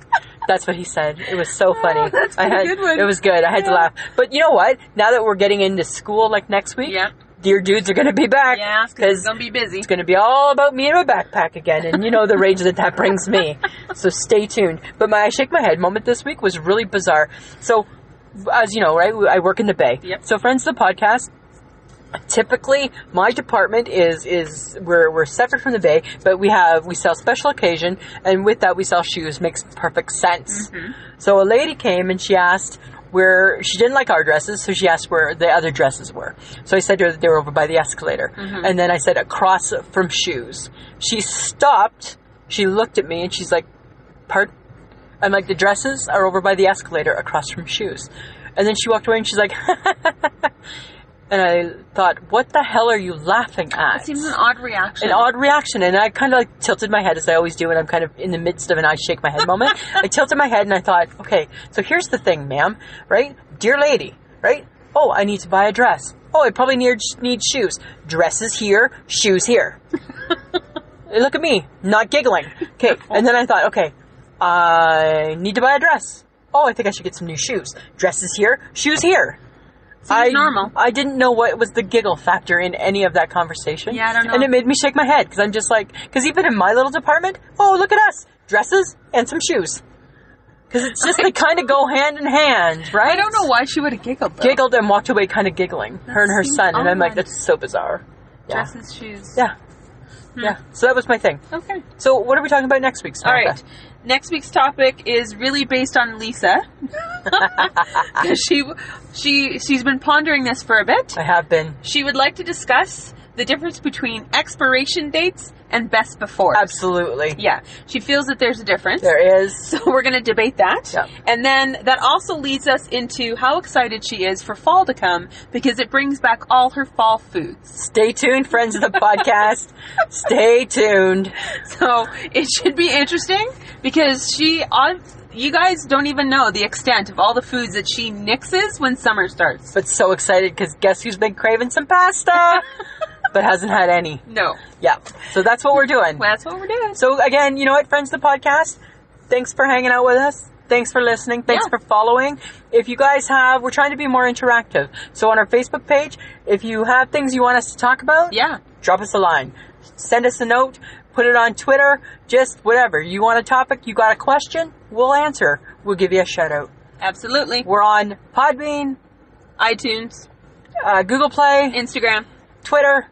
D: That's what he said. It was so funny.
C: Oh, that's
D: I
C: pretty
D: had,
C: good one.
D: It was good. I had to
C: Yeah.
D: laugh. But you know what? Now that we're getting into school like next week,
C: Yeah.
D: dear dudes are going to be back.
C: Yeah, because it's
D: because
C: gonna be busy.
D: it's going to be all about me and my backpack again, and you know the rage that that brings me. So stay tuned. But my I shake my head moment this week was really bizarre. So, as you know, right, I work in the Bay.
C: Yep.
D: So, friends, of the podcast. Typically, my department is is we're we're separate from the Bay, but we have we sell special occasion, and with that we sell shoes. Makes perfect sense.
C: Mm-hmm.
D: So a lady came and she asked where she didn't like our dresses, so she asked where the other dresses were. So I said to her that they were over by the escalator. And then I said across from shoes. She stopped, she looked at me and she's like, Pardon? I'm like, the dresses are over by the escalator across from shoes. And then she walked away and she's like and I thought, What the hell are you laughing at?
C: It seems an odd reaction.
D: an odd reaction and i kind of like tilted my head as i always do when i'm kind of in the midst of an i shake my head moment i tilted my head and i thought okay so here's the thing ma'am right dear lady right oh i need to buy a dress oh i probably need need shoes dresses here shoes here look at me not giggling okay and then i thought okay i need to buy a dress oh i think i should get some new shoes dresses here shoes here I,
C: normal.
D: I didn't know what was the giggle factor in any of that conversation.
C: Yeah, I don't know.
D: And it made me shake my head because I'm just like, because even in my little department, oh look at us, dresses and some shoes. Because it's just they kind of go hand in hand, right?
C: I don't know why she would have giggled. Though.
D: Giggled and walked away, kind of giggling. her and her
C: seems
D: son, and I'm like,
C: odd.
D: that's so bizarre. Yeah.
C: Dresses, shoes.
D: Yeah. Yeah. So that was my thing.
C: Okay.
D: So what are we talking about next week?
C: Hmm. All
D: Samantha?
C: right. Next week's topic is really based on Lisa. 'Cause she she she's been pondering this for a bit.
D: I have been
C: She would like to discuss the difference between expiration dates and best before.
D: absolutely.
C: Yeah. She feels that there's a difference.
D: There is.
C: So we're going to debate that.
D: Yep.
C: And then that also leads us into how excited she is for fall to come because it brings back all her fall foods.
D: Stay tuned, friends of the podcast. Stay tuned.
C: So it should be interesting because she, on- you guys don't even know the extent of all the foods that she nixes when summer starts.
D: but so excited because guess who's been craving some pasta but hasn't had any
C: No.
D: yeah so that's what we're doing
C: Well, that's what we're doing.
D: so again you know what friends of the podcast thanks for hanging out with us thanks for listening thanks
C: Yeah.
D: for following if you guys have we're trying to be more interactive so on our facebook page if you have things you want us to talk about
C: yeah.
D: drop us a line send us a note put it on twitter just whatever you want a topic you got a question we'll answer we'll give you a shout out
C: Absolutely.
D: we're on podbean
C: iTunes,
D: uh, google play
C: Instagram.
D: twitter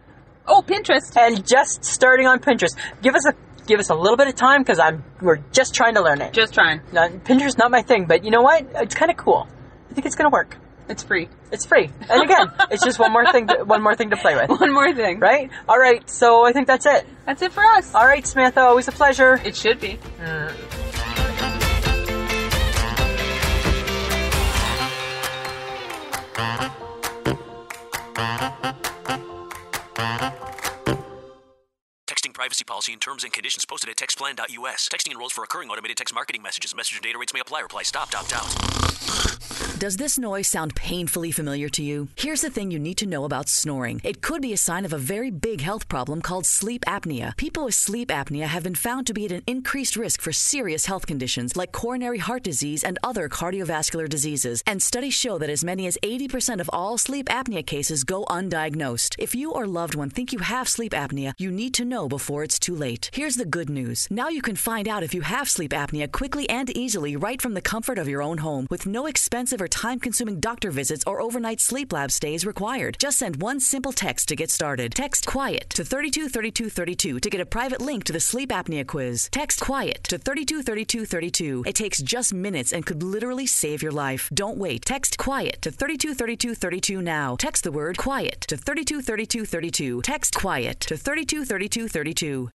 C: Oh, Pinterest.
D: and just starting on Pinterest. Give us a give us a little bit of time because I'm we're just trying to learn it.
C: Just trying.
D: Not, Pinterest not my thing, but you know what? It's kind of cool. I think it's gonna work.
C: It's free.
D: It's free, and again, it's just one more thing to, one more thing to play with.
C: One more thing.
D: Right? All right. So I think that's it.
C: That's it for us.
D: All right, Samantha. Always a pleasure.
C: It should be.
A: Texting private. privacy policy and terms and conditions posted at textplan.us. Texting enrolls for recurring automated text marketing messages. Message and data rates may apply. Reply stop, opt out.
B: Does this noise sound painfully familiar to you? Here's the thing you need to know about snoring. It could be a sign of a very big health problem called sleep apnea. People with sleep apnea have been found to be at an increased risk for serious health conditions like coronary heart disease and other cardiovascular diseases. And studies show that as many as 80% of all sleep apnea cases go undiagnosed. If you or loved one think you have sleep apnea, you need to know before it's too late. Here's the good news. Now you can find out if you have sleep apnea quickly and easily right from the comfort of your own home with no expensive or time consuming doctor visits or overnight sleep lab stays required. Just send one simple text to get started. Text quiet to 323232 to get a private link to the sleep apnea quiz. Text quiet to 323232. It takes just minutes and could literally save your life. Don't wait. Text quiet to 323232 now. Text the word quiet to 323232. Text quiet to 323232.